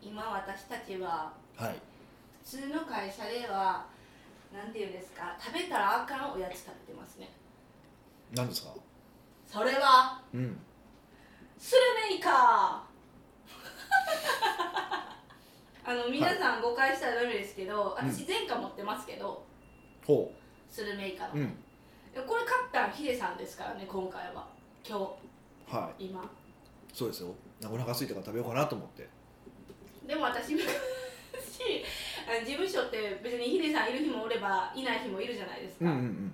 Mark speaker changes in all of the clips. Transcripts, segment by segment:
Speaker 1: 今私たちは
Speaker 2: はい
Speaker 1: 普通の会社ではなんていうんですか食べたらあかんおやつ食べてますね
Speaker 2: 何ですか
Speaker 1: それは
Speaker 2: うん
Speaker 1: スルメイカ あの皆さん誤解したらダメですけど、
Speaker 2: うん
Speaker 1: 私前科持ってますけど
Speaker 2: ほ
Speaker 1: スルメイカの、
Speaker 2: ううん
Speaker 1: でこれ買ったんヒデさんですからね今回は今
Speaker 2: は
Speaker 1: 日今
Speaker 2: いそうですよお腹空いたから食べようかなと思って
Speaker 1: でも私昔あの事務所って別にヒデさんいる日もおればいない日もいるじゃないですか、
Speaker 2: ん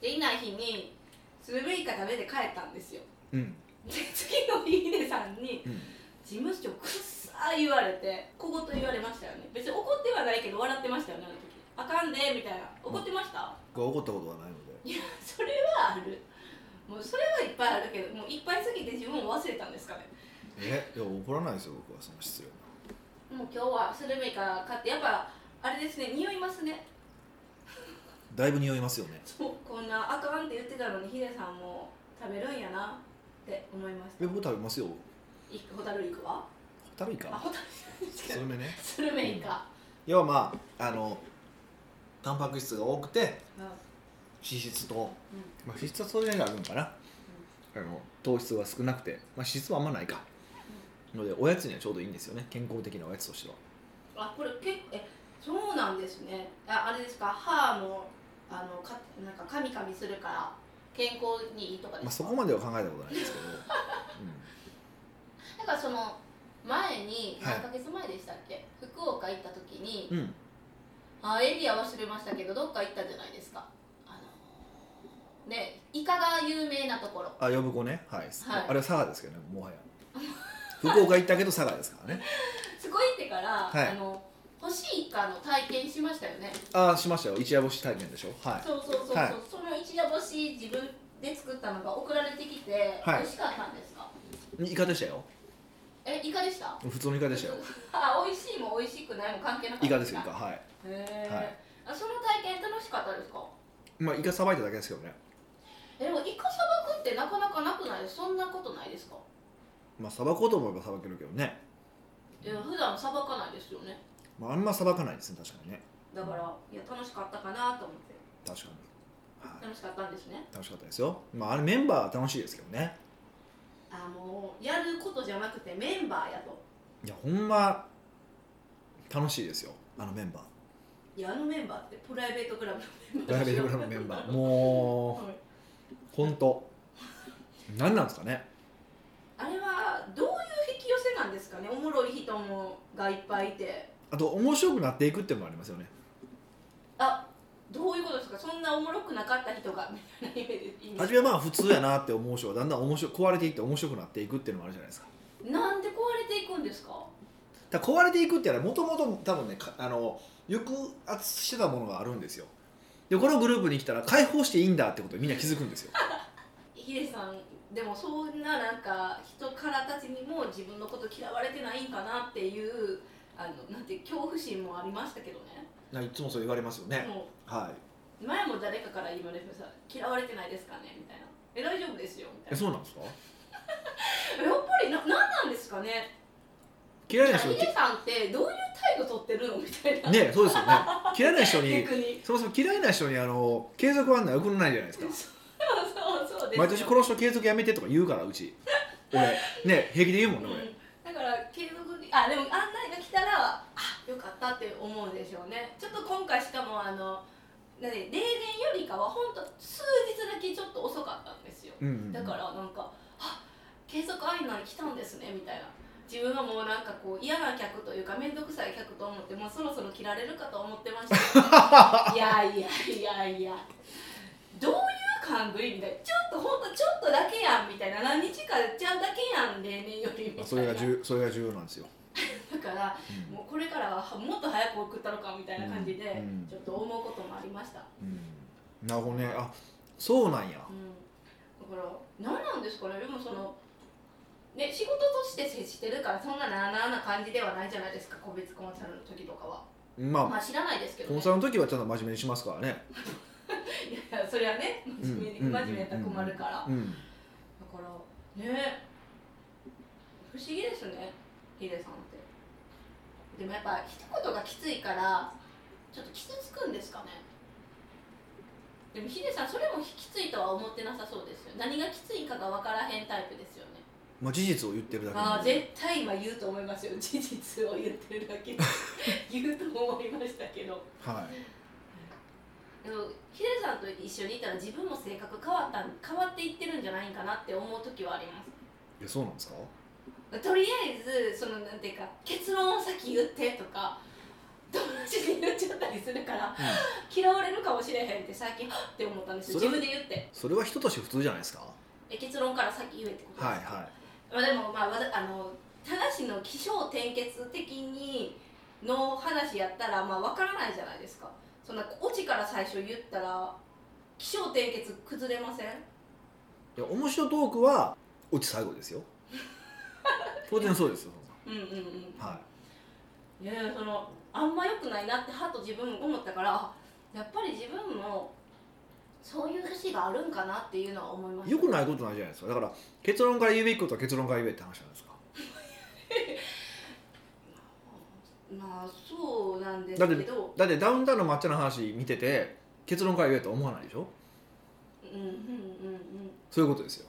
Speaker 1: でいない日にスルメイカ食べて帰ったんですよ
Speaker 2: うんうん
Speaker 1: で次の日ヒデさんに
Speaker 2: うん
Speaker 1: 事務所くっさー言われて小言言われましたよね別に怒ってはないけど笑ってましたよねあの時あかんでみたいな怒ってました、
Speaker 2: 僕は怒ったことはないので
Speaker 1: いやそれはあるもうそれはいっぱいあるけどもういっぱいすぎて自分も忘れたんですかね
Speaker 2: えいや怒らないですよ僕はその失礼な
Speaker 1: もう今日はスルメイカ買ってやっぱあれですね匂いますね
Speaker 2: だいぶ匂いますよね
Speaker 1: そうこんなあかんって言ってたのにヒデさんも食べるんやなって思いました
Speaker 2: え僕食べますよホ
Speaker 1: いホタルイカは
Speaker 2: タルイ
Speaker 1: あ
Speaker 2: カ
Speaker 1: ホタルイ
Speaker 2: ス
Speaker 1: カ
Speaker 2: ルメね
Speaker 1: スルメイカ、
Speaker 2: 要はまああのタンパク質が多くて
Speaker 1: うん
Speaker 2: 脂質と、まあ、脂質はそれなりにあるのかな、あの糖質が少なくて、まあ、脂質はあんまないか、のでおやつにはちょうどいいんですよね健康的なおやつとしては
Speaker 1: あこれ結構えそうなんですねああれですか歯もあのかなんかカミカミするから健康にいいとかで
Speaker 2: まあ、
Speaker 1: すか、
Speaker 2: そこまでは考えたことないですけど、
Speaker 1: だからその前に
Speaker 2: はい
Speaker 1: 何ヶ月前でしたっけ、福岡行った時に、
Speaker 2: うん、うん、
Speaker 1: あエリア忘れましたけどどっか行ったじゃないですかあのねイカが有名なところ
Speaker 2: あ呼ぶ子ねはい、
Speaker 1: はい
Speaker 2: あれは佐賀ですけどねもはや福岡行ったけど佐賀ですからね
Speaker 1: すごいってから、
Speaker 2: はい
Speaker 1: あの欲しいイカの体験しましたよね
Speaker 2: ああしましたよ一夜干し体験でしょはい
Speaker 1: そうそうそうそう、
Speaker 2: はい
Speaker 1: その一夜干し自分で作ったのが送られてきて、
Speaker 2: は
Speaker 1: 美
Speaker 2: い
Speaker 1: 味しかったんですか
Speaker 2: イカでしたよ
Speaker 1: えイカでした
Speaker 2: 普通のイカでしたよ
Speaker 1: あ美味しいも美味しくないも関係なかった
Speaker 2: イカですよイカはい
Speaker 1: へえ、
Speaker 2: はい
Speaker 1: あその体験楽しかったですか
Speaker 2: まあイカさばいただけですけどね
Speaker 1: えでもイカさばくってなかなかなくないですそんなことないですか
Speaker 2: まあさばこうと思えばさばけるけどね、
Speaker 1: いや普段さばかないですよね
Speaker 2: まあ、あんまさばかないですね確かにね
Speaker 1: だからいや楽しかったかなと思って
Speaker 2: 確かに、はい、
Speaker 1: 楽しかったんですね
Speaker 2: 楽しかったですよまああれメンバーは楽しいですけどね
Speaker 1: あもうやることじゃなくてメンバーやと
Speaker 2: いやほんま楽しいですよあのメ ンバー
Speaker 1: いやあのメンバーってプライベートクラブのメン
Speaker 2: プ
Speaker 1: バ
Speaker 2: ラ
Speaker 1: ー
Speaker 2: イベートクラブのメンバーも
Speaker 1: はいう
Speaker 2: 本当何なんですかね
Speaker 1: あれはどういう引き寄せなんですかねおもろい人もがいっぱいいて
Speaker 2: あと面白くなっていくっていうのもありますよね
Speaker 1: あどういうことですかそんなおもろくなかった人が みたいなイメージいいんです
Speaker 2: 初
Speaker 1: か
Speaker 2: めはまあ普通やなって思う人がだんだん面白い壊れていって面白くなっていくっていうのもあるじゃないですか
Speaker 1: なんで壊れていくんですか
Speaker 2: だから壊れていくっていうのはもともと多分ねかあの抑圧してたものがあるんですよでこのグループに来たら解放していいんだってことにみんな気づくんですよ
Speaker 1: ヒデさんでもそんななんか人からたちにも自分のこと嫌われてないんかなっていうあのなんて恐怖心もありましたけどね
Speaker 2: ないつもそれ言われますよね
Speaker 1: も
Speaker 2: は
Speaker 1: う前も誰かから言われてさ嫌われてないですかねみたいなえ大丈夫ですよみ
Speaker 2: い
Speaker 1: た
Speaker 2: え
Speaker 1: いな
Speaker 2: そうなんですか
Speaker 1: やっぱりななんなんですかね
Speaker 2: 嫌いな
Speaker 1: ヒ
Speaker 2: 人に
Speaker 1: デさんってどういう態度取ってるのみ たいな、
Speaker 2: ねそうです よね嫌いな人に
Speaker 1: 逆に
Speaker 2: そもそも嫌いな人にあの継続案内送らないじゃないですか
Speaker 1: そうそうそうですよ
Speaker 2: 毎年この人継続やめてとか言うから うち俺ね平気で言うもんね俺、
Speaker 1: だから継続にあでも案内が来たらあよかったって思うでしょうねちょっと今回しかもあの何例年よりかはほんと数日だけちょっと遅かったんですよ
Speaker 2: うんうんうん
Speaker 1: だからなんかあ継続案内来たんですねみたいな自分はもうなんかこう嫌な客というか面倒くさい客と思ってもうそろそろ切られるかと思ってました いやいやいやいやどういう勘繰りみたいなちょっとほんとちょっとだけやんみたいな何日かちゃうだけやん例年よりみたいな
Speaker 2: それが重それが重要なんですよ、
Speaker 1: だから
Speaker 2: うん
Speaker 1: もうこれからはもっと早く送ったのかみたいな感じで、
Speaker 2: うん
Speaker 1: ちょっと思うこともありました、
Speaker 2: うん、なるほどねあそうなんや
Speaker 1: うん、だから何なんですかねでもそのね仕事として接してるからそんななあなあな感じではないじゃないですか個別コンサルの時とかは
Speaker 2: まあ、
Speaker 1: まあ知らないですけど、
Speaker 2: コ
Speaker 1: ね
Speaker 2: ン、サルの時はちゃんと真面目にしますからね、
Speaker 1: い やそれはね真面目に
Speaker 2: うん
Speaker 1: 真面目やったら困るからだか
Speaker 2: うん、
Speaker 1: らね不思議ですねヒデさんってでもやっぱ一言がきついからちょっと傷つくんですかねでもヒデさんそれもきついとは思ってなさそうですよ何がきついかが分からへんタイプですよね
Speaker 2: まあ、事実を言ってるだけ
Speaker 1: あ
Speaker 2: な
Speaker 1: あ
Speaker 2: んで
Speaker 1: 絶対今言うと思いますよ事実を言ってるだ け言うと思いましたけど
Speaker 2: はい
Speaker 1: でもヒデさんと一緒にいたら自分も性格変わったん変わっていってるんじゃないかなって思う時はあります
Speaker 2: いやそうなんですか
Speaker 1: とりあえずそのなんていうか結論を先言ってとか友達に言っちゃったりするから嫌われるかもしれへんって最近はっって思ったんですよ
Speaker 2: それ
Speaker 1: 自分で言って
Speaker 2: それは人として普通じゃないですか
Speaker 1: え結論から先言えってことです
Speaker 2: はい
Speaker 1: か
Speaker 2: は
Speaker 1: まあ、でもまあわざあの田しの起承転結的にの話やったらまあわからないじゃないですかそんなオチから最初言ったら起承転結崩れません
Speaker 2: いいや面白トークはオチ最後です よ当然そうですよ
Speaker 1: うんうんうん
Speaker 2: はい
Speaker 1: やそのあんま良くないなってはっと自分も思ったからあやっぱり自分もそういう節があるんかなっていうのは思いまし
Speaker 2: い
Speaker 1: た
Speaker 2: 良くないことないじゃないですかだから結論から言うべきことは結論から言えって話じゃないですか
Speaker 1: まあそうなんですけど
Speaker 2: だってダウンタウンの抹茶の話見てて結論から言えとは思わないでしょ
Speaker 1: うんうんうんうん
Speaker 2: そういうことですよ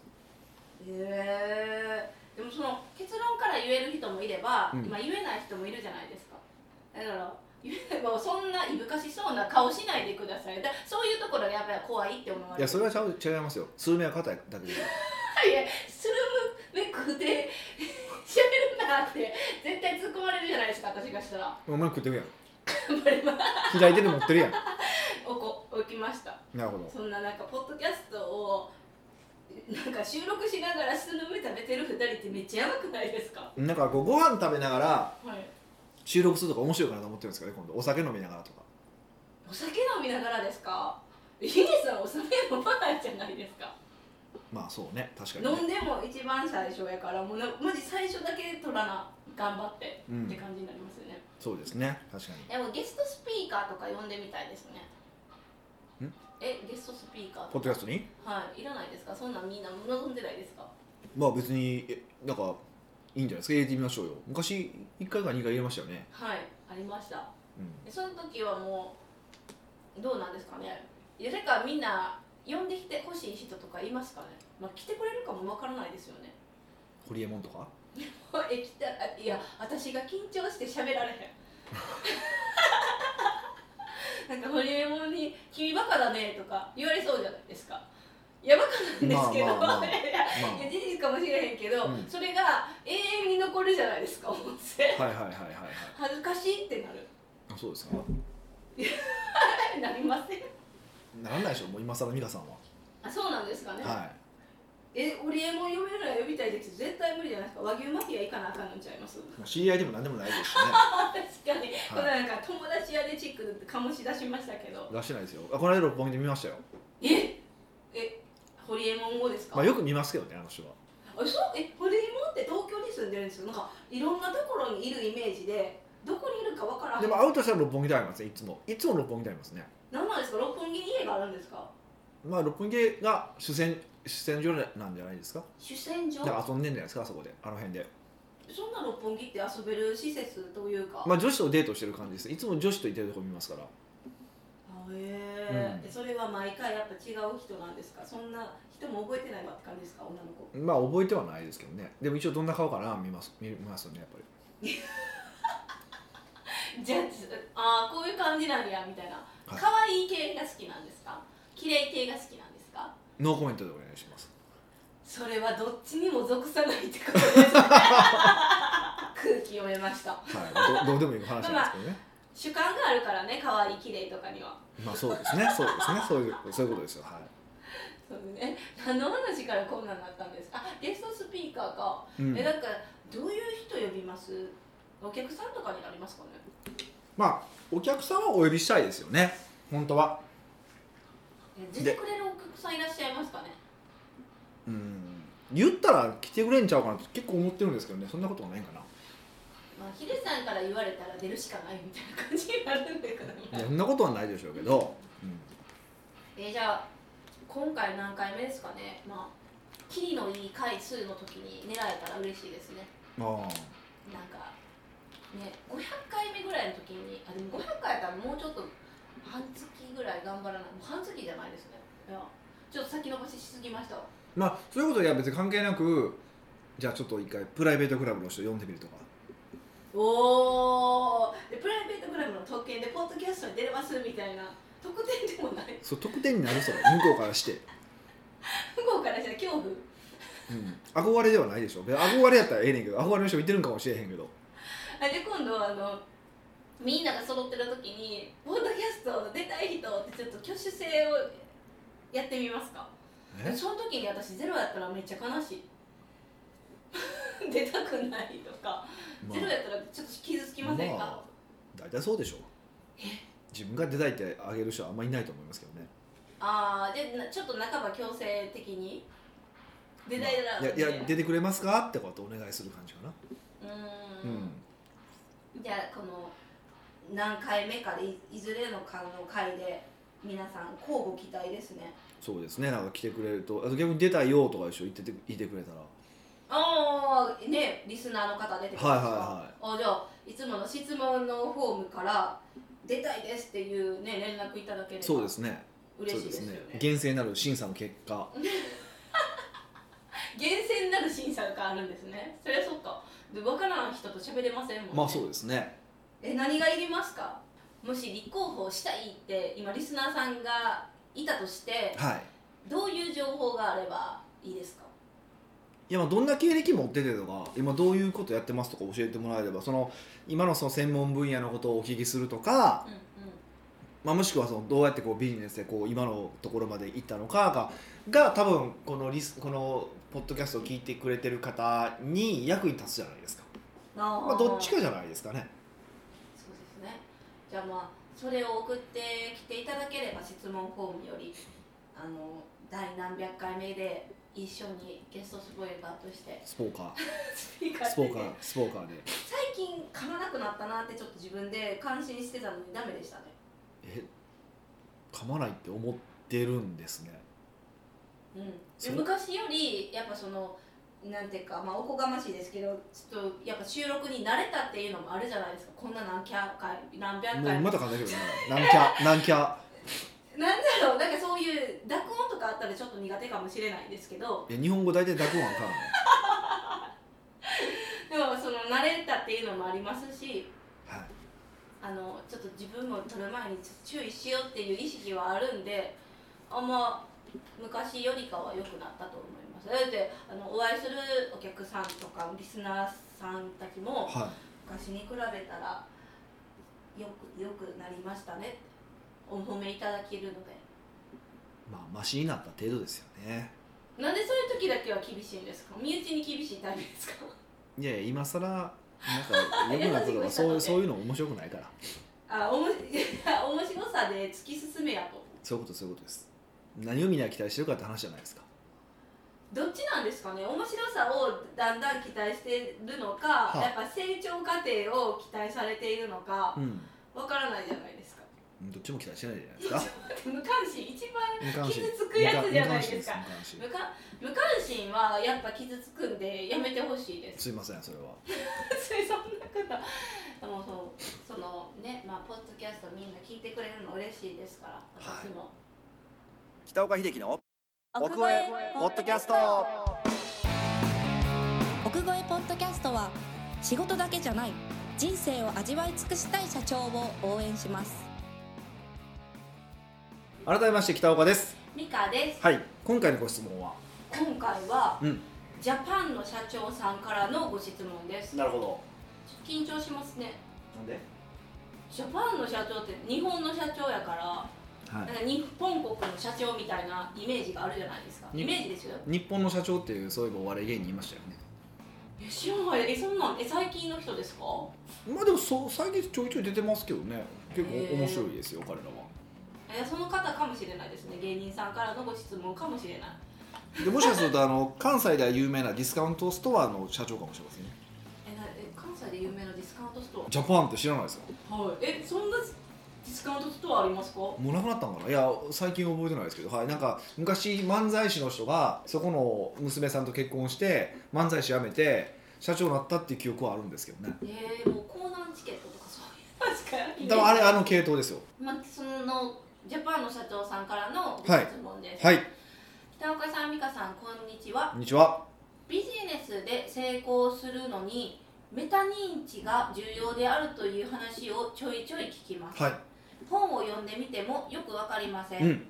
Speaker 1: へえでもその結論から言える人もいれば、
Speaker 2: うん
Speaker 1: まあ、言えない人もいるじゃないですかだから言えばそんないぶかしそうな顔しないでくださいだそういうところがやっぱり怖いって思われる
Speaker 2: いやそれはちゃう違いますよ数名は硬いだけで
Speaker 1: いやスルムめくで喋るなって絶対突っ込まれるじゃないですか私がしたら
Speaker 2: お前食ってるやん
Speaker 1: 頑張ります
Speaker 2: 左手で持ってるやん
Speaker 1: おこ起きました
Speaker 2: なるほど
Speaker 1: そんななんかポッドキャストをなんか収録しながらスルメ食べてる2人ってめっちゃやばくないですか
Speaker 2: なんかこうご飯食べながら
Speaker 1: はい
Speaker 2: 収録するとか面白いかなと思ってるんですけどね今度お酒飲みながらとか
Speaker 1: お酒飲みながらですかヒデさんお酒飲まないじゃないですか
Speaker 2: まあそうね確かに、ね、
Speaker 1: 飲んでも一番最初やからもうなマジ最初だけ取らな頑張って
Speaker 2: う
Speaker 1: って
Speaker 2: ん
Speaker 1: 感じになりますよね、
Speaker 2: そうですね確かに
Speaker 1: でもゲストスピーカーとか呼んでみたいですね
Speaker 2: ん
Speaker 1: えゲストスピーカー
Speaker 2: ポ
Speaker 1: と
Speaker 2: ッ
Speaker 1: か
Speaker 2: ドキャストに
Speaker 1: はいいらないですかそんなんみんな望んでないですか
Speaker 2: まあ別にえなんかいいんじゃないですか入れてみましょうよ昔1回か2回入れましたよね、
Speaker 1: はいありました
Speaker 2: うん、
Speaker 1: でその時はもうどうなんですかねいやだからみんな呼んできてほしい人とかいますかねまあ来てくれるかもわからないですよね
Speaker 2: ホリエモンとか
Speaker 1: え来たらいや私が緊張して喋られへん なんかホリエモンに「君バカだね」とか言われそうじゃないですかいやバカなんですけど、
Speaker 2: まあまあま あ
Speaker 1: いや
Speaker 2: ま
Speaker 1: いや事実かもしれへんけど、
Speaker 2: うん
Speaker 1: それが永遠に残るじゃないですか音声
Speaker 2: あはいはいはいはいはい
Speaker 1: 恥ずかしいってなる
Speaker 2: あそうですか
Speaker 1: なりません
Speaker 2: ならないでしょもう今更美香さんは、
Speaker 1: あそうなんですかね、
Speaker 2: はい
Speaker 1: えホリエモン呼べるなら呼びたいですけど絶対無理じゃないですか和牛マフィア行かなあかんのちゃいます
Speaker 2: もう知り合いでも何でもないですし ね
Speaker 1: 確かに、これなんか友達やでチックで醸し出しましたけど
Speaker 2: 出してないですよあこの間六本木で見ましたよ、
Speaker 1: ええホリエモン語ですか、
Speaker 2: まあ、よく見ますけどねあの人は
Speaker 1: あそうえホリエモンって東京に住んでるんですよなんかいろんなところにいるイメージでどこにいるかわからん
Speaker 2: でも会うとしたら六本木で会いますねいつもいつも六本木で会いますね
Speaker 1: 何なんですか六本木に家があるんですか
Speaker 2: まあ六本木が主戦主戦場なんじゃないですか
Speaker 1: 主戦場
Speaker 2: だから遊んでんじゃないですかあそこであの辺で
Speaker 1: そんな六本木って遊べる施設というか、
Speaker 2: まあ女子とデートしてる感じですいつも女子といてるとこ見ますから
Speaker 1: あへえ、
Speaker 2: うん
Speaker 1: それは毎回やっぱ違う人なんですかそんな人も覚えてないわって感じですか女の子
Speaker 2: まあ覚えてはないですけどねでも一応どんな顔かな見ます見ますよねやっぱり
Speaker 1: ジャッジああこういう感じなんやみたいな
Speaker 2: はい
Speaker 1: 可愛い系が好きなんですか綺麗系が好きなんですか
Speaker 2: ノーコメントでお願いします
Speaker 1: それはどっちにも属さないってことですね 空気読めました
Speaker 2: はい どどうでもいい話なんですけどね
Speaker 1: 主観があるからね可愛い綺麗とかには
Speaker 2: まあそうですねそうですねそういうそういうことですよはい
Speaker 1: そうですね何の話からこんなんなったんですかあゲストスピーカーか、
Speaker 2: うん
Speaker 1: え、なんかどういう人呼びますお客さんとかになりますかね
Speaker 2: まあお客さんはお呼びしたいですよね本当は
Speaker 1: え出てくれるお客さんいらっしゃいますかね
Speaker 2: うん言ったら来てくれんちゃうかなって結構思ってるんですけどねそんなことはないんかな
Speaker 1: まあヒデさんから言われたら出るしかないみたいな感じになるんだけど
Speaker 2: いや
Speaker 1: ね
Speaker 2: そんなことはないでしょうけど、うん
Speaker 1: えじゃあ今回何回目ですかねまあキリのいい回数の時に狙えたら嬉しいですね
Speaker 2: まあ
Speaker 1: なんかね、500回目ぐらいの時にあでも500回やったらもうちょっと半月ぐらい頑張らないもう半月じゃないですねいやちょっと先延ばししすぎましたわ
Speaker 2: まあそういうこといや別に関係なくじゃあちょっと一回プライベートクラブの人呼んでみるとか
Speaker 1: おーでプライベートクラブの特権でポッドキャストに出れますみたいな特典でもない
Speaker 2: そう特典になるそれ向こうからして、
Speaker 1: 向こうからしたら恐怖
Speaker 2: うん、憧れではないでしょ別に憧れやったらええねんけど憧れの人いてるんかもしれへんけど
Speaker 1: あで今度あのみんなが揃ってる時にポッドキャスト出たい人ってちょっと挙手制をやってみますか
Speaker 2: え
Speaker 1: その時に私ゼロやったらめっちゃ悲しい 出たくないとか、
Speaker 2: ま
Speaker 1: ゼロやったらちょっと傷つきませんか、
Speaker 2: まあ大体そうでしょ自分が出たいってあげる人はあんまりいないと思いますけどね
Speaker 1: ああでなちょっと半ば強制的に出たいなら、
Speaker 2: まあいやいや出てくれますかってことお願いする感じかな
Speaker 1: う
Speaker 2: う
Speaker 1: ーん
Speaker 2: ん
Speaker 1: じゃあこの何回目かでいいずれの間の回で皆さん交互期待ですね
Speaker 2: そうですねなんか来てくれるとあと逆に出たいよとかでしょ言ってて言ってくれたら
Speaker 1: ああねリスナーの方出てくれました
Speaker 2: は
Speaker 1: あじゃあいつもの質問のフォームから出たいですっていうね連絡いただければ
Speaker 2: そうですね
Speaker 1: 嬉しいですよね
Speaker 2: そう厳正なる審査の結果
Speaker 1: 厳正になる審査があるんですねそりゃそっかで分からん人と喋れませんもん、ね、
Speaker 2: まあそうですね
Speaker 1: え何がいりますかもし立候補したいって今リスナーさんがいたとして
Speaker 2: はい
Speaker 1: どういう情報があればいいですか
Speaker 2: いやまあどんな経歴持っててとか今どういうことやってますとか教えてもらえればその今のその専門分野のことをお聞きするとか、
Speaker 1: うんうん
Speaker 2: まあ、もしくはそのどうやってこうビジネスでこう今のところまで行ったのかがが多分このリスこのポッドキャストを聞いてくれてる方に役に立つじゃないですか、
Speaker 1: あー
Speaker 2: まあ、どっちかじゃないですかね
Speaker 1: そうですねじゃあまあそれを送ってきていただければ質問フォームよりあの第何百回目で一緒にゲストスポーカーとして
Speaker 2: スポーカ
Speaker 1: スピーカ
Speaker 2: ー
Speaker 1: ー
Speaker 2: スポーカースポーカーで
Speaker 1: 最近噛まなくなったなってちょっと自分で感心してたのにダメでしたね
Speaker 2: え噛まないって思ってるんですね
Speaker 1: う
Speaker 2: そ
Speaker 1: ん、
Speaker 2: う
Speaker 1: 昔よりやっぱそのなんていうか、まあ、おこがましいですけどちょっとやっぱ収録に慣れたっていうのもあるじゃないですかこんな何百回何百
Speaker 2: も
Speaker 1: 回
Speaker 2: うま
Speaker 1: も
Speaker 2: た噛んだけどねなんキャなんキャ
Speaker 1: なんだろうなんかそういう濁音とかあったらちょっと苦手かもしれないんですけど
Speaker 2: いや日本語大体濁音あかんね
Speaker 1: でもその慣れたっていうのもありますし
Speaker 2: はい
Speaker 1: あのちょっと自分も撮る前にちょっと注意しようっていう意識はあるんであんま昔よりかは良くなったと思いますだってあのお会いするお客さんとかリスナーさんたちも
Speaker 2: はい
Speaker 1: 昔に比べたらよくよくなりましたねってお褒めいただけるので
Speaker 2: まあマシになった程度ですよね
Speaker 1: なんでそういう時だけは厳しいんですか身内に厳しいタイプですか
Speaker 2: いやいや今更なんか良くなるとかそうそういうの面白くないから
Speaker 1: あおも 面白さで突き進めやと
Speaker 2: そういうことそういうことです何をみんな期待してるかって話じゃないですか
Speaker 1: どっちなんですかね面白さをだんだん期待してるのか、
Speaker 2: は
Speaker 1: やっぱ成長過程を期待されているのか
Speaker 2: うん
Speaker 1: わからないじゃないですか
Speaker 2: どっちも期待してないじゃないですか
Speaker 1: 無関心一番
Speaker 2: 無関心
Speaker 1: 傷つくやつじゃないですか
Speaker 2: 無関心です
Speaker 1: 無
Speaker 2: 無関
Speaker 1: か無関心はやっぱ傷つくんでやめてほしいです
Speaker 2: 心すいませんそれは
Speaker 1: 別 にそんなこともうそうそのねまあポッドキャストみんな聞いてくれるの嬉しいですから
Speaker 2: はい
Speaker 1: 私も、
Speaker 2: 北岡秀樹の
Speaker 3: 奥越えポッドキャスト奥越えポッドキャストは仕事だけじゃない人生を味わい尽くしたい社長を応援します
Speaker 2: 改めまして北岡です
Speaker 1: ミカです
Speaker 2: はい今回のご質問は
Speaker 1: 今回は、
Speaker 2: うん
Speaker 1: ジャパンの社長さんからのご質問ですちょっ
Speaker 2: なるほど
Speaker 1: と緊張しますね
Speaker 2: なんで
Speaker 1: ジャパンの社長って日本の社長やから
Speaker 2: は
Speaker 1: なんか日本国の社長みたいなイメージがあるじゃないですか
Speaker 2: 日
Speaker 1: イメージですよ
Speaker 2: い日本の社長っていうそういえばお笑い芸人いましたよね
Speaker 1: え知らないえそんなんえ最近の人ですか
Speaker 2: まあでもそう最近ちょいちょい出てますけどね結構
Speaker 1: へー
Speaker 2: 面白いですよ彼らは
Speaker 1: えその方かもしれないですね芸人さんからのご質問かもしれない
Speaker 2: でもしかするとあ の関西では有名なディスカウントストアの社長かもしれませんね
Speaker 1: えなえ関西で有名なディスカウントスト
Speaker 2: ジャパンって知らないですか
Speaker 1: アはいえそんなディスカウントストアありますか
Speaker 2: もうなくなったんかないや最近覚えてないですけど、はい、なんか昔漫才師の人がそこの娘さんと結婚して漫才師辞めて社長になったっていう記憶はあるんですけどね
Speaker 1: えー、もう江南ンチケットとかそういうのしか
Speaker 2: 多分あれあの系統ですよ
Speaker 1: まあ、そのジャパンの社長さんからのご質問です、
Speaker 2: はい
Speaker 1: 北岡さん美香さんこんにちは
Speaker 2: こんにちは
Speaker 1: ビジネスで成功するのにメタ認知が重要であるという話をちょいちょい聞きます、
Speaker 2: はい
Speaker 1: 本を読んでみてもよくわかりません、
Speaker 2: うん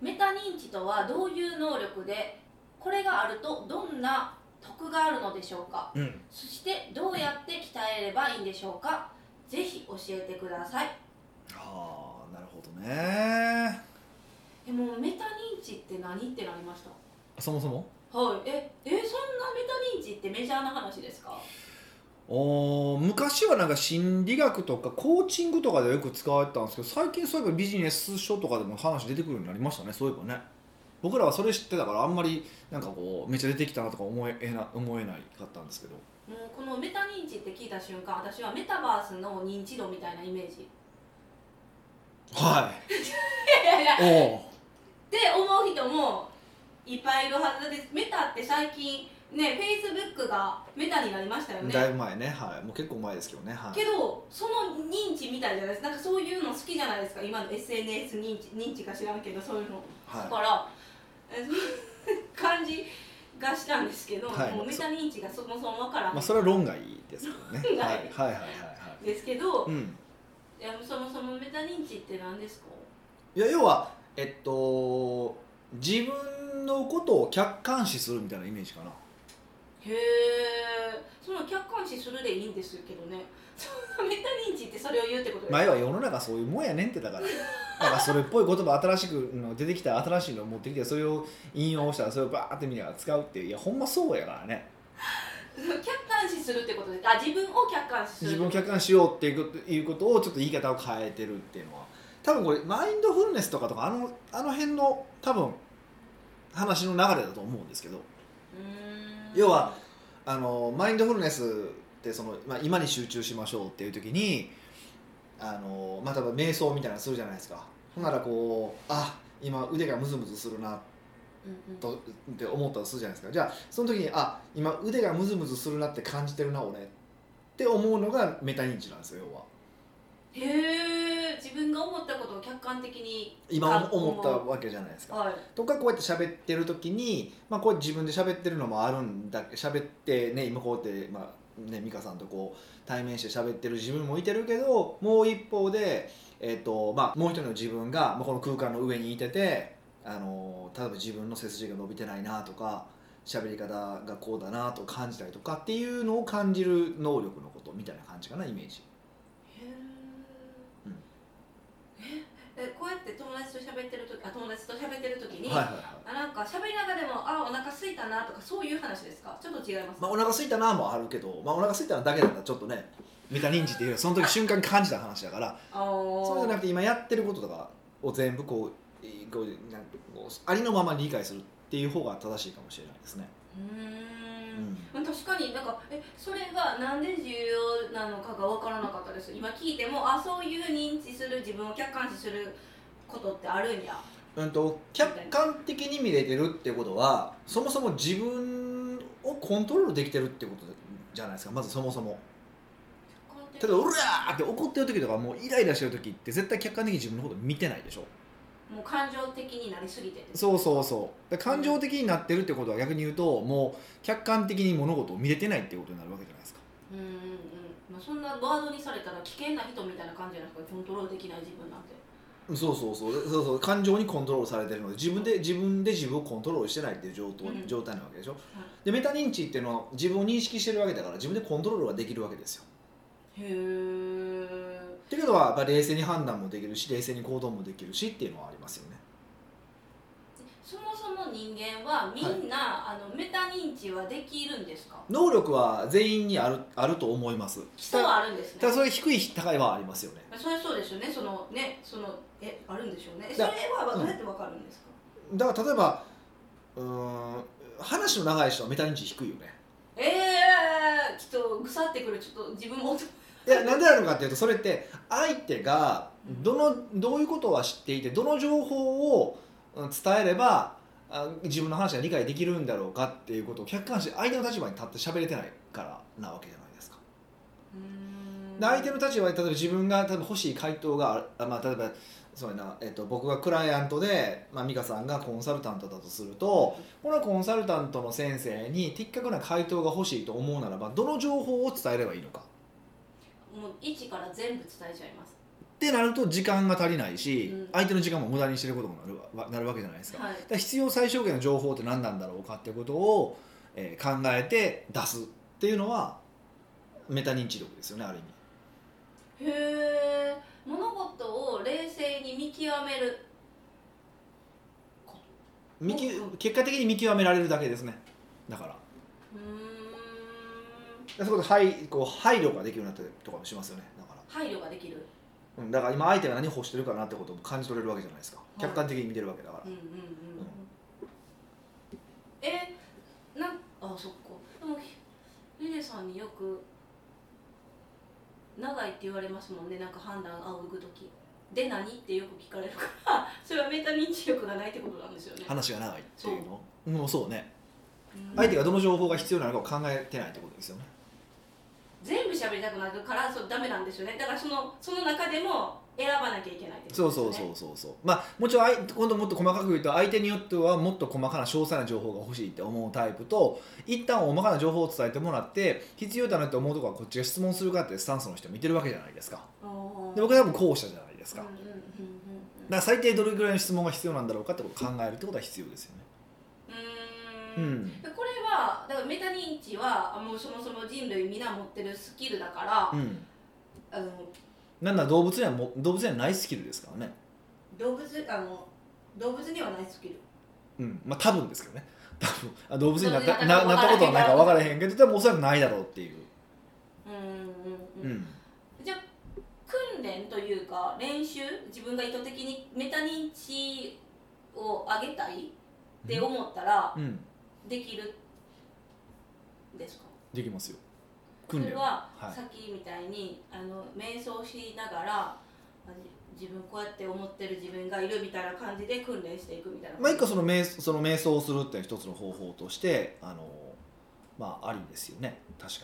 Speaker 1: メタ認知とはどういう能力でこれがあるとどんな得があるのでしょうか
Speaker 2: うん
Speaker 1: そしてどうやって鍛えればいいんでしょうかぜひ教えてください
Speaker 2: ああなるほどね
Speaker 1: えもうメタ認知って何ってなりました
Speaker 2: そもそも
Speaker 1: はい、え、え、そんなメタ認知ってメジャーな話ですか。
Speaker 2: おー昔はなんか心理学とかコーチングとかでよく使われてたんですけど最近そういえばビジネス書とかでも話出てくるようになりましたねそういえばね僕らはそれ知ってたからあんまりなんかこうめっちゃ出てきたなとか思えな思えないかったんですけど
Speaker 1: もうこのメタ認知って聞いた瞬間、私はメタバースの認知度みたいなイメージ。い
Speaker 2: は
Speaker 1: やいや、っ
Speaker 2: いお
Speaker 1: て思う人もいっぱいいるはずです。メタって最近、ね、フェイスブックがメタになりましたよ
Speaker 2: おだい
Speaker 1: ね。
Speaker 2: ぶ前ねはいもう結構前ですけどねはい
Speaker 1: けど、その認知みたいじゃないですか。なんかそういうの好きじゃないですか。今の SNS 認知、認知か知らんけど、そういうの。だ
Speaker 2: は
Speaker 1: から、 えそういう感じがしたんですけど、
Speaker 2: はい
Speaker 1: もうメタ認知がそもそもわから
Speaker 2: い
Speaker 1: ん
Speaker 2: まあそれは論外ですけど
Speaker 1: 論
Speaker 2: ね、はい、はい
Speaker 1: 外
Speaker 2: はいはいはい
Speaker 1: ですけど、
Speaker 2: うん
Speaker 1: いやそもそもメタ認知って何ですか
Speaker 2: いや要はえっと自分のことを客観視するみたいなイメージかな
Speaker 1: へえその客観視するでいいんですけどね そんなメタ認知ってそれを言うってことですか、
Speaker 2: 前は世の中そういうもんやねんってだからだからそれっぽい言葉新しくの出てきたら新しいのを持ってきてそれを引用したらそれをバーってみんなが使うっていういやほんまそうやからね
Speaker 1: 客観視するってことですあ自分を客観視する
Speaker 2: 自分を客観視しようっていうこということをちょっと言い方を変えてるっていうのは多分これマインドフルネスとかとかあのあの辺の多分話の流れだと思うんですけど
Speaker 1: うーん
Speaker 2: 要はあのマインドフルネスってその、まあ、今に集中しましょうっていう時にあの、まあ、例えば瞑想みたいなのするじゃないですかほんならこうあ今腕がムズムズするな
Speaker 1: うんうん
Speaker 2: とって思ったとするじゃないですかじゃあその時にあ今腕がムズムズするなって感じてるな俺って思うのがメタ認知なんですよ要は
Speaker 1: へえ自分が思ったことを客観的に
Speaker 2: 今
Speaker 1: あ
Speaker 2: 思ったわけじゃないですか
Speaker 1: はい
Speaker 2: とかこうやって喋ってる時に、まあ、こう自分で喋ってるのもあるんだ喋ってね今こうやって、まあね、美香さんとこう対面して喋ってる自分もいてるけどもう一方で、えっとまあ、もう一人の自分が、まあ、この空間の上にいてて、あの例えば自分の背筋が伸びてないなとか喋り方がこうだなと感じたりとかっていうのを感じる能力のことみたいな感じかなイメー
Speaker 1: へ
Speaker 2: ジ。
Speaker 1: え
Speaker 2: うん
Speaker 1: ええこうやって友達と喋ってる時あ友達と喋ってる時に、
Speaker 2: はいはいはい
Speaker 1: あなんか喋りながらでもあお腹空いたなとかそういう話ですかちょっと違います
Speaker 2: まあ、お腹空いたなもあるけど、まあ、お腹空いたなだけだったらちょっとねメタ認知っていうよりはその時瞬間に感じた話だから
Speaker 1: あー
Speaker 2: そうじゃなくて今やってることとかを全部こうえーこうなんかこうありのまま理解するっていう方が正しいかもしれないですね。
Speaker 1: う
Speaker 2: う
Speaker 1: ーん
Speaker 2: ん
Speaker 1: まあ確かになんかえそれがなんで重要なのかが分からなかったです今聞いてもあそういう認知する自分を客観視することってあるんや
Speaker 2: うん、と客観的に見れてるってことはそもそも自分をコントロールできてるってことじゃないですかまずそもそも。例えば「うらー!」って怒ってる時とかもうイライラしてる時って絶対客観的に自分のこと見てないでしょ。
Speaker 1: もう感情的になりすぎてて
Speaker 2: そうそうそうで感情的になってるってことは逆に言うともう客観的に物事を見れてないってことになるわけじゃないですか
Speaker 1: うんうんうん、まあ、そんなワードにされたら危険な人みたいな感じじゃなくてコントロールできない自分なんて
Speaker 2: そうそうそうそうそう感情にコントロールされてるので自分で自分で自分をコントロールしてないっていう状態,、
Speaker 1: うん
Speaker 2: 状態なわけでしょ、でメタ認知っていうのは自分を認識してるわけだから自分でコントロールができるわけですよ
Speaker 1: へえ
Speaker 2: ってことはやっぱ冷静に判断もできるし冷静に行動もできるしっていうのはありますよね
Speaker 1: そもそも人間はみんな、あのメタ認知はできるんですか
Speaker 2: 能力は全員にあるあると思います
Speaker 1: 基礎はあるんですね
Speaker 2: ただそれ低い高いはありますよね
Speaker 1: それはそうですよねそのねそのえあるんでしょうねそれ
Speaker 2: だ
Speaker 1: は
Speaker 2: うん
Speaker 1: どうやってわかるんですか、
Speaker 2: だから例えばうーん話の長い人はメタ認知低いよね
Speaker 1: ええー、ちょっと腐ってくるちょっと自分も
Speaker 2: いやなんでなのかっていうとそれって相手がどのどういうことは知っていてどの情報をうん伝えればあ自分の話が理解できるんだろうかっていうことを客観視相手の立場に立って喋れてないからなわけじゃないですか
Speaker 1: うーんうん
Speaker 2: で相手の立場で例えば自分が多分欲しい回答があるあ、まあ、例えばそうやな、えっと、僕がクライアントで、まあ、美香さんがコンサルタントだとするとこのコンサルタントの先生に的確な回答が欲しいと思うならばどの情報を伝えればいいのか
Speaker 1: もう一から全部伝えちゃいます
Speaker 2: ってなると時間が足りないし、
Speaker 1: うん
Speaker 2: 相手の時間も無駄にしてることもなるわなるわけじゃないですか,、
Speaker 1: はい
Speaker 2: だから必要最小限の情報って何なんだろうかってことを、えー考えて出すっていうのはメタ認知力ですよねある意味。
Speaker 1: へえ物事を冷静に見極める
Speaker 2: 見き
Speaker 1: うんうん
Speaker 2: 結果的に見極められるだけですねだから
Speaker 1: うーん
Speaker 2: そういうこと配こう配慮ができるようになったりとかもしますよねだから、
Speaker 1: 配慮ができる
Speaker 2: うん、だから今相手が何を欲してるかなってことも感じ取れるわけじゃないですか
Speaker 1: い
Speaker 2: 客観的に見てるわけだから、
Speaker 1: うんうんうんうんえなあそっかでもゆでさんによく長いって言われますもんねなんか判断仰ぐ時で何ってよく聞かれるから それはメタ認知力がないってことなんですよね、
Speaker 2: 話が長いっていうのもうそうね
Speaker 1: うん
Speaker 2: 相手がどの情報が必要なのかを考えてないってことですよね
Speaker 1: 全部喋りたくなるからそうダメなんですよねだからそのその中でも選ばなきゃいけないってこと
Speaker 2: そう
Speaker 1: です
Speaker 2: そ
Speaker 1: よ
Speaker 2: う
Speaker 1: ね
Speaker 2: そうそうそうまあもちろん相今度もっと細かく言うと相手によってはもっと細かな詳細な情報が欲しいって思うタイプと一旦大まかな情報を伝えてもらって必要だなって思うところはこっちが質問するかっていうスタンスの人を見てるわけじゃないですか
Speaker 1: あー
Speaker 2: で僕は多分後者じゃないですか、
Speaker 1: うんうんうんうんうん
Speaker 2: だから最低どれぐらいの質問が必要なんだろうかってことを考えるってことは必要ですよね。
Speaker 1: うーん
Speaker 2: ん。
Speaker 1: でこれはだからメタ認知はあもうそもそも人類皆持ってるスキルだから、
Speaker 2: うん。
Speaker 1: あの
Speaker 2: なんなら動物にはも動物にはないスキルですからね。
Speaker 1: 動物あの動物にはないスキル
Speaker 2: うん。まあ多分ですけどね。多分あ動物になった
Speaker 1: 動
Speaker 2: な
Speaker 1: 物に
Speaker 2: な
Speaker 1: な
Speaker 2: っ
Speaker 1: ったた
Speaker 2: こ
Speaker 1: ことと
Speaker 2: は
Speaker 1: はな
Speaker 2: な
Speaker 1: いい
Speaker 2: から分からへんけど、でもおそらくないだろうっていう。
Speaker 1: うんうん
Speaker 2: う
Speaker 1: うん、
Speaker 2: ん。
Speaker 1: じゃあ訓練というか練習自分が意図的にメタ認知を上げたいって思ったら
Speaker 2: うん。
Speaker 1: できるんですか
Speaker 2: できますよ。
Speaker 1: そ
Speaker 2: 訓
Speaker 1: れ
Speaker 2: 練。
Speaker 1: は
Speaker 2: はい
Speaker 1: さっきみたいに、あの瞑想しながらあじ自分こうやって思ってる自分がいるみたいな感じで訓練していくみたいな
Speaker 2: まあ一個その瞑その瞑想をするっていうのは一つの方法としてあのまあありですよね。確か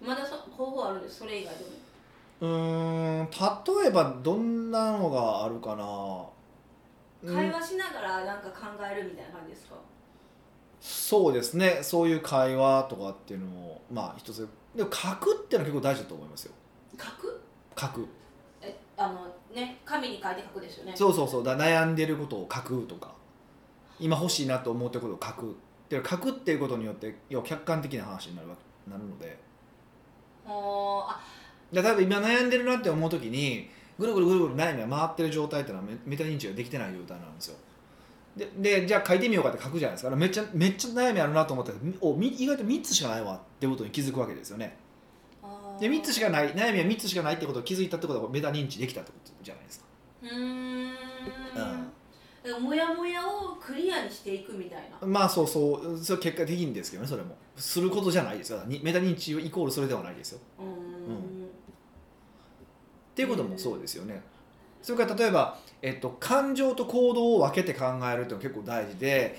Speaker 2: に。
Speaker 1: まだそ方法あるんですそれ以外でも
Speaker 2: うーん。例えばどんなのがあるかな。うん
Speaker 1: 会話しながらなんか考えるみたいな感じですか、
Speaker 2: そうですねそういう会話とかっていうのもまあ一つでも書くっていうのは結構大事だと思いますよ
Speaker 1: 書く
Speaker 2: 書く
Speaker 1: えあのね紙に書いて書くですよね
Speaker 2: そうそうそうだ悩んでることを書くとか今欲しいなと思ってることを書くっていう書くっていうことによって要は客観的な話になるわけなるので
Speaker 1: ほーあ
Speaker 2: で多分今悩んでるなって思う時にぐるぐるぐるぐる悩みが回ってる状態っていうのはメメタ認知ができてない状態なんですよででじゃあ書いてみようかって書くじゃないですかめっちゃめっちゃ悩みあるなと思ったらおみ意外と3つしかないわってことに気づくわけですよね
Speaker 1: あー
Speaker 2: で3つしかない悩みは3つしかないってことを気づいたってことはメタ認知できたってことじゃないですか
Speaker 1: うーんだからモヤモヤをクリアにしていくみたいな
Speaker 2: まあそうそうそれは結果的にですけどねそれもすることじゃないですよにメタ認知イコールそれではないですよ
Speaker 1: うーん
Speaker 2: っていうこともそうですよねそれから例えば、えっと、感情と行動を分けて考えるっていうのが結構大事で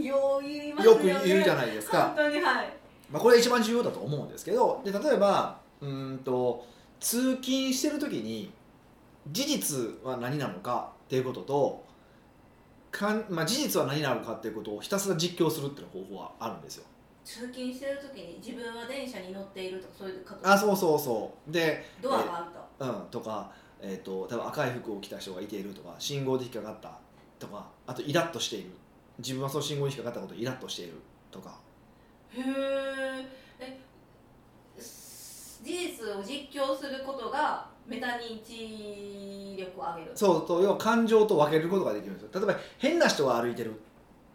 Speaker 1: よう言います
Speaker 2: よ
Speaker 1: よ、
Speaker 2: く
Speaker 1: ね、
Speaker 2: 言うじゃないですか
Speaker 1: 本当にはい
Speaker 2: まあ、これが一番重要だと思うんですけどで例えばうーんと通勤してる時に事実は何なのかっていうこととかん、まあ、事実は何なのかっていうことをひたすら実況するっていう方法はあるんですよ。
Speaker 1: 通勤してる時に自分は電車に乗っているとかそういうこと
Speaker 2: あそうそうそうで、
Speaker 1: ドアがあった
Speaker 2: うん、とか、えー、と多分赤い服を着た人がいているとか信号で引っかかったとかあとイラッとしている自分はその信号に引っかかったことにイラッとしているとか
Speaker 1: へーえす事実を実況することがメタ認知力を上げる
Speaker 2: そうと要は感情と分けることができるんですよ。例えば変な人が歩いてるっ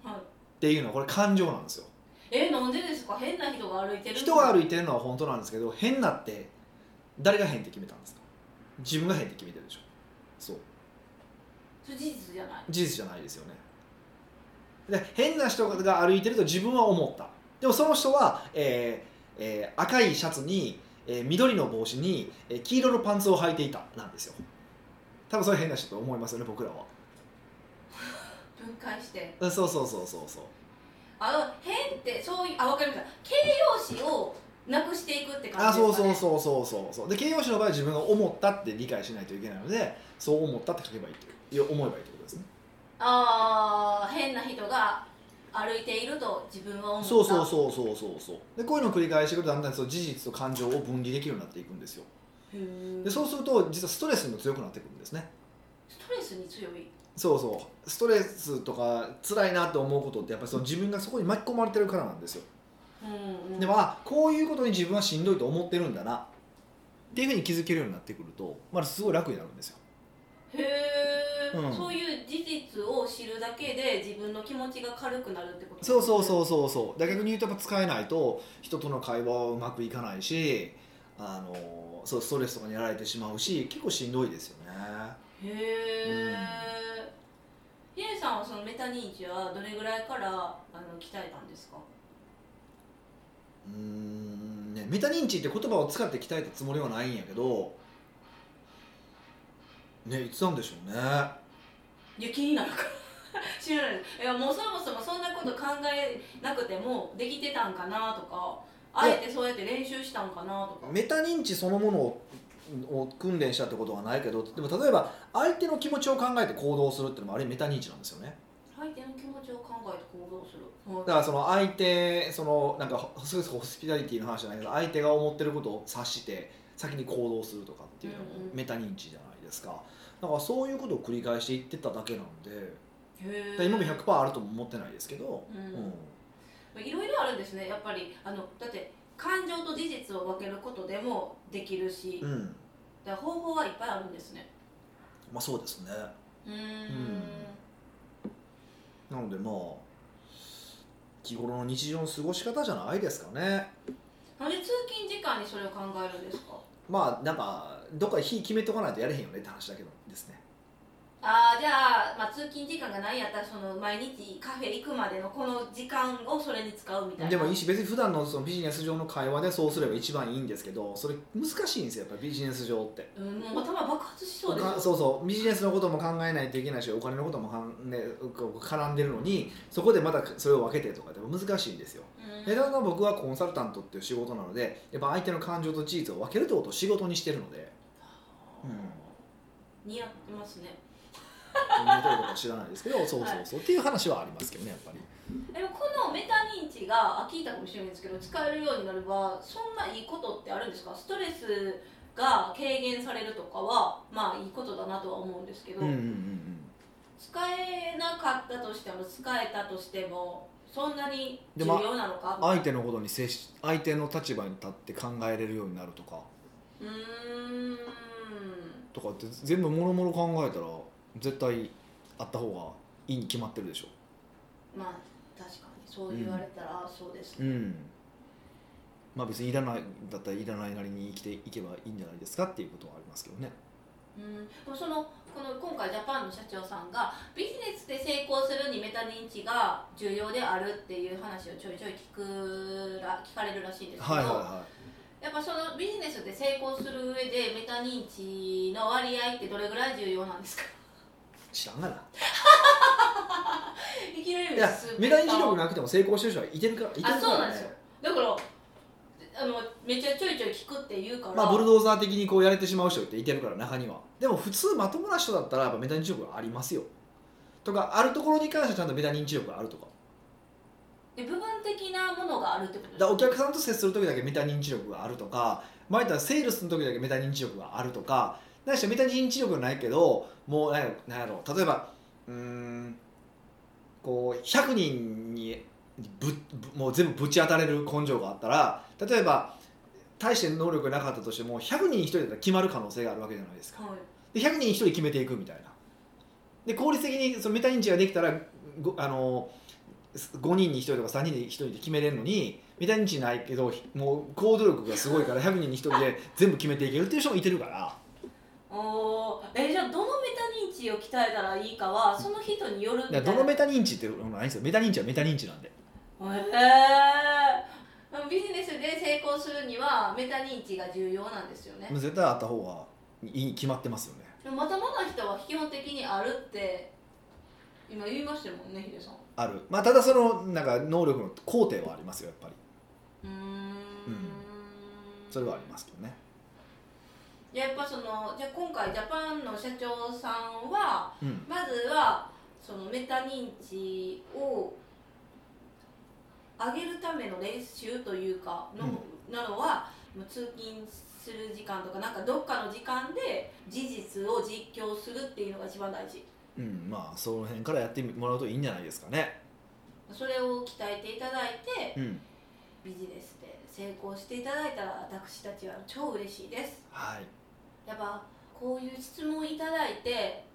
Speaker 1: はい、
Speaker 2: ていうのはこれ感情なんですよ。
Speaker 1: えなんでですか変な人が歩いてる
Speaker 2: 人が
Speaker 1: い
Speaker 2: 歩いてるのは本当なんですけど変なって誰が変って決めたんですか自分が変って決めてるでしょそう
Speaker 1: それ事実じゃない
Speaker 2: 事実じゃないですよねで変な人が歩いてると自分は思ったでもその人は、えーえー赤いシャツに、えー緑の帽子に、えー黄色のパンツを履いていたなんですよ多分それ変な人と思いますよね僕らは
Speaker 1: 分解して
Speaker 2: うんそうそうそうそうそう
Speaker 1: あ変ってそういうあ分かりました形容詞をなくしていくって感
Speaker 2: あ
Speaker 1: じ
Speaker 2: そう
Speaker 1: ですか
Speaker 2: そう
Speaker 1: ね
Speaker 2: そうそうそうそうで形容詞の場合は自分が思ったって理解しないといけないのでそう思ったって書けばいいといういや思えばいいってことですね
Speaker 1: ああ変な人が歩いていると自分は思った
Speaker 2: そうそうそうそうそうそうでこういうのを繰り返していくとだんだんその事実と感情を分離できるようになっていくんですよ
Speaker 1: へー
Speaker 2: でそうすると実はストレスにも強くなってくるんですね
Speaker 1: ストレスに強い
Speaker 2: そうそうストレスとか辛いなと思うことってやっぱりその自分がそこに巻き込まれてるからなんですよ
Speaker 1: うんうん
Speaker 2: でもあこういうことに自分はしんどいと思ってるんだなっていうふうに気づけるようになってくるとまだすごい楽になるんですよ
Speaker 1: へえ、
Speaker 2: うん
Speaker 1: そういう事実を知るだけで自分の気持ちが軽くなるってこと
Speaker 2: そうそう
Speaker 1: う
Speaker 2: そうそうそうだから逆に言うとやっぱ使えないと人との会話はうまくいかないしあのそうストレスとかにやられてしまうし結構しんどいですよね
Speaker 1: へえヒデさんはそのメタ認知はどれぐらいからあの鍛えたんですか
Speaker 2: うーんねメタ認知って言葉を使って鍛えたつもりはないんやけどねいつなんでしょうね
Speaker 1: いや気になるから 知らないいやもうそもそもそんなこと考えなくてもできてたんかなとかあえてそうやって練習したんかなとか
Speaker 2: メタ認知そのものをを訓練したってことはないけどでも例えば相手の気持ちを考えて行動するっていうのもあれメタ認知なんですよね
Speaker 1: 相手の気持ちを考えて行動する、
Speaker 2: だからその相手そのなんかそれこそホスピタリティの話じゃないけど相手が思ってることを察して先に行動するとかっていうのも
Speaker 1: うんうん
Speaker 2: メタ認知じゃないですかだからそういうことを繰り返していってただけなんで
Speaker 1: へ
Speaker 2: だか
Speaker 1: え
Speaker 2: ら今も100%あるとも思ってないですけど、
Speaker 1: う
Speaker 2: うん
Speaker 1: んまあいろいろあるんですねやっぱりあのだって感情と事実を分けることでもできるし、
Speaker 2: う
Speaker 1: だか
Speaker 2: ん
Speaker 1: ら方法はいっぱいあるんですね
Speaker 2: まあそうですね
Speaker 1: うーん
Speaker 2: なのでまあ日頃の日常の過ごし方じゃないですかね
Speaker 1: なんで通勤時間にそれを考えるんですか
Speaker 2: まあなんかどっか日決めとかないとやれへんよねって話だけどですね
Speaker 1: あーじゃあ,、まあ通勤時間がないんやったらその毎日カフェ行くまでのこの時間をそれに使うみたいな
Speaker 2: でもいいし別に普段のそのビジネス上の会話でそうすれば一番いいんですけどそれ難しいんですよやっぱビジネス上って
Speaker 1: うん、もう頭爆発しそうです
Speaker 2: か
Speaker 1: よ
Speaker 2: そうそうビジネスのことも考えないといけないしお金のこともかん、ね、こう絡んでるのにそこでまたそれを分けてとかでも難しいんですよ
Speaker 1: うん
Speaker 2: でただ僕はコンサルタントっていう仕事なのでやっぱ相手の感情と事実を分けるってことを仕事にしてるので
Speaker 1: 似合ってますね
Speaker 2: 何ということは知らないですけどそうそうそう、っていう話はありますけどねやっぱり
Speaker 1: でもこのメタ認知があ聞いたかもしれないですけど使えるようになればそんないいことってあるんですかストレスが軽減されるとかはまあいいことだなとは思うんですけど、
Speaker 2: うんうんうんうん
Speaker 1: 使えなかったとしても使えたとしてもそんなに重
Speaker 2: でも
Speaker 1: 要なのか
Speaker 2: 相手のことに接し相手の立場に立って考えれるようになるとか
Speaker 1: うーん
Speaker 2: とかって全部もろもろ考えたら絶対あった方がいいに決まってるでしょ
Speaker 1: まあ確かにそう言われたらそうです、
Speaker 2: んまあ別にいらないだったらいらないなりに生きていけばいいんじゃないですかっていうことはありますけどね
Speaker 1: うん、でもそのこの今回ジャパンの社長さんがビジネスで成功するにメタ認知が重要であるっていう話をちょいちょい聞くら聞かれるらしいんですけど、
Speaker 2: はいはいは
Speaker 1: やっぱそのビジネスで成功する上でメタ認知の割合ってどれぐらい重要なんですか
Speaker 2: い知らんがない
Speaker 1: きなり
Speaker 2: いや
Speaker 1: す
Speaker 2: メタ認知力なくても成功してる人はいてるからいてるから、
Speaker 1: あ
Speaker 2: ね、
Speaker 1: そうなんですよだからあのめっちゃちょいちょい聞くって言うから、
Speaker 2: まあブルドーザー的にこうやれてしまう人っていてるから中にはでも普通まともな人だったらやっぱメタ認知力がありますよとかあるところに関してはちゃんとメタ認知力があるとか
Speaker 1: で部分的なものがあるってことです
Speaker 2: だからお客さんと接する時だけメタ認知力があるとか前言ったらセールスの時だけメタ認知力があるとかないしはメタ認知力がないけどもうなんやろなんやろう例えばうーんこう100人にぶぶもう全部ぶち当たれる根性があったら例えば大して能力がなかったとしても100人に1人だったら決まる可能性があるわけじゃないですか
Speaker 1: はい
Speaker 2: で100人に1人決めていくみたいなで効率的にそのメタ認知ができたらごあの5人に1人とか3人に1人で決めれるのにメタ認知ないけどもう行動力がすごいから100人に1人で全部決めていけるっていう人もいてるから
Speaker 1: おーえじゃあどのメタ認知を鍛えたらいいかはその人によるみた
Speaker 2: だ
Speaker 1: いな
Speaker 2: からどのメタ認知っていうのはないんですよメタ認知はメタ認知なんで
Speaker 1: えー、ビジネスで成功するにはメタ認知が重要なんですよね
Speaker 2: 絶対あった方がいいに決まってますよね
Speaker 1: でもまともな人は基本的にあるって今言いましたもんねヒデさん
Speaker 2: あるまあただそのなんか能力の工程はありますよやっぱり
Speaker 1: うーん
Speaker 2: うん
Speaker 1: ん
Speaker 2: それはありますけどね、
Speaker 1: じゃあやっぱそのじゃあ今回ジャパンの社長さんは
Speaker 2: うん、
Speaker 1: まずはそのメタ認知を上げるための練習というかの、なのはもう通勤する時間とかなんかどっかの時間で事実を実況するっていうのが一番大事
Speaker 2: うん、まあその辺からやってもらうといいんじゃないですかね
Speaker 1: それを鍛えていただいて
Speaker 2: うん
Speaker 1: ビジネスで成功していただいたら私たちは超嬉しいです
Speaker 2: はい
Speaker 1: やっぱこういう質問いただいて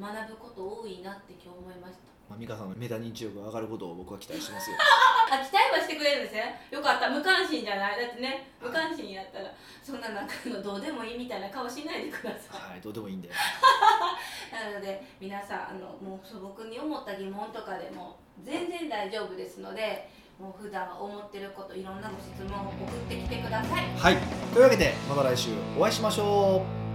Speaker 1: 学ぶこと多いなって今日思いました
Speaker 2: まあ、美香さんのメタ認知力が上がることを僕は期待してますよ
Speaker 1: あ期待はしてくれるんですねよかった無関心じゃないだってね無関心やったらそんななんかあのどうでもいいみたいな顔しないでくださ
Speaker 2: はいどうでもいいんで
Speaker 1: いなので皆さんあのもう素朴に思った疑問とかでも全然大丈夫ですのでもう普段思ってることいろんなご質問を送ってきてください
Speaker 2: はいというわけでまた来週お会いしましょう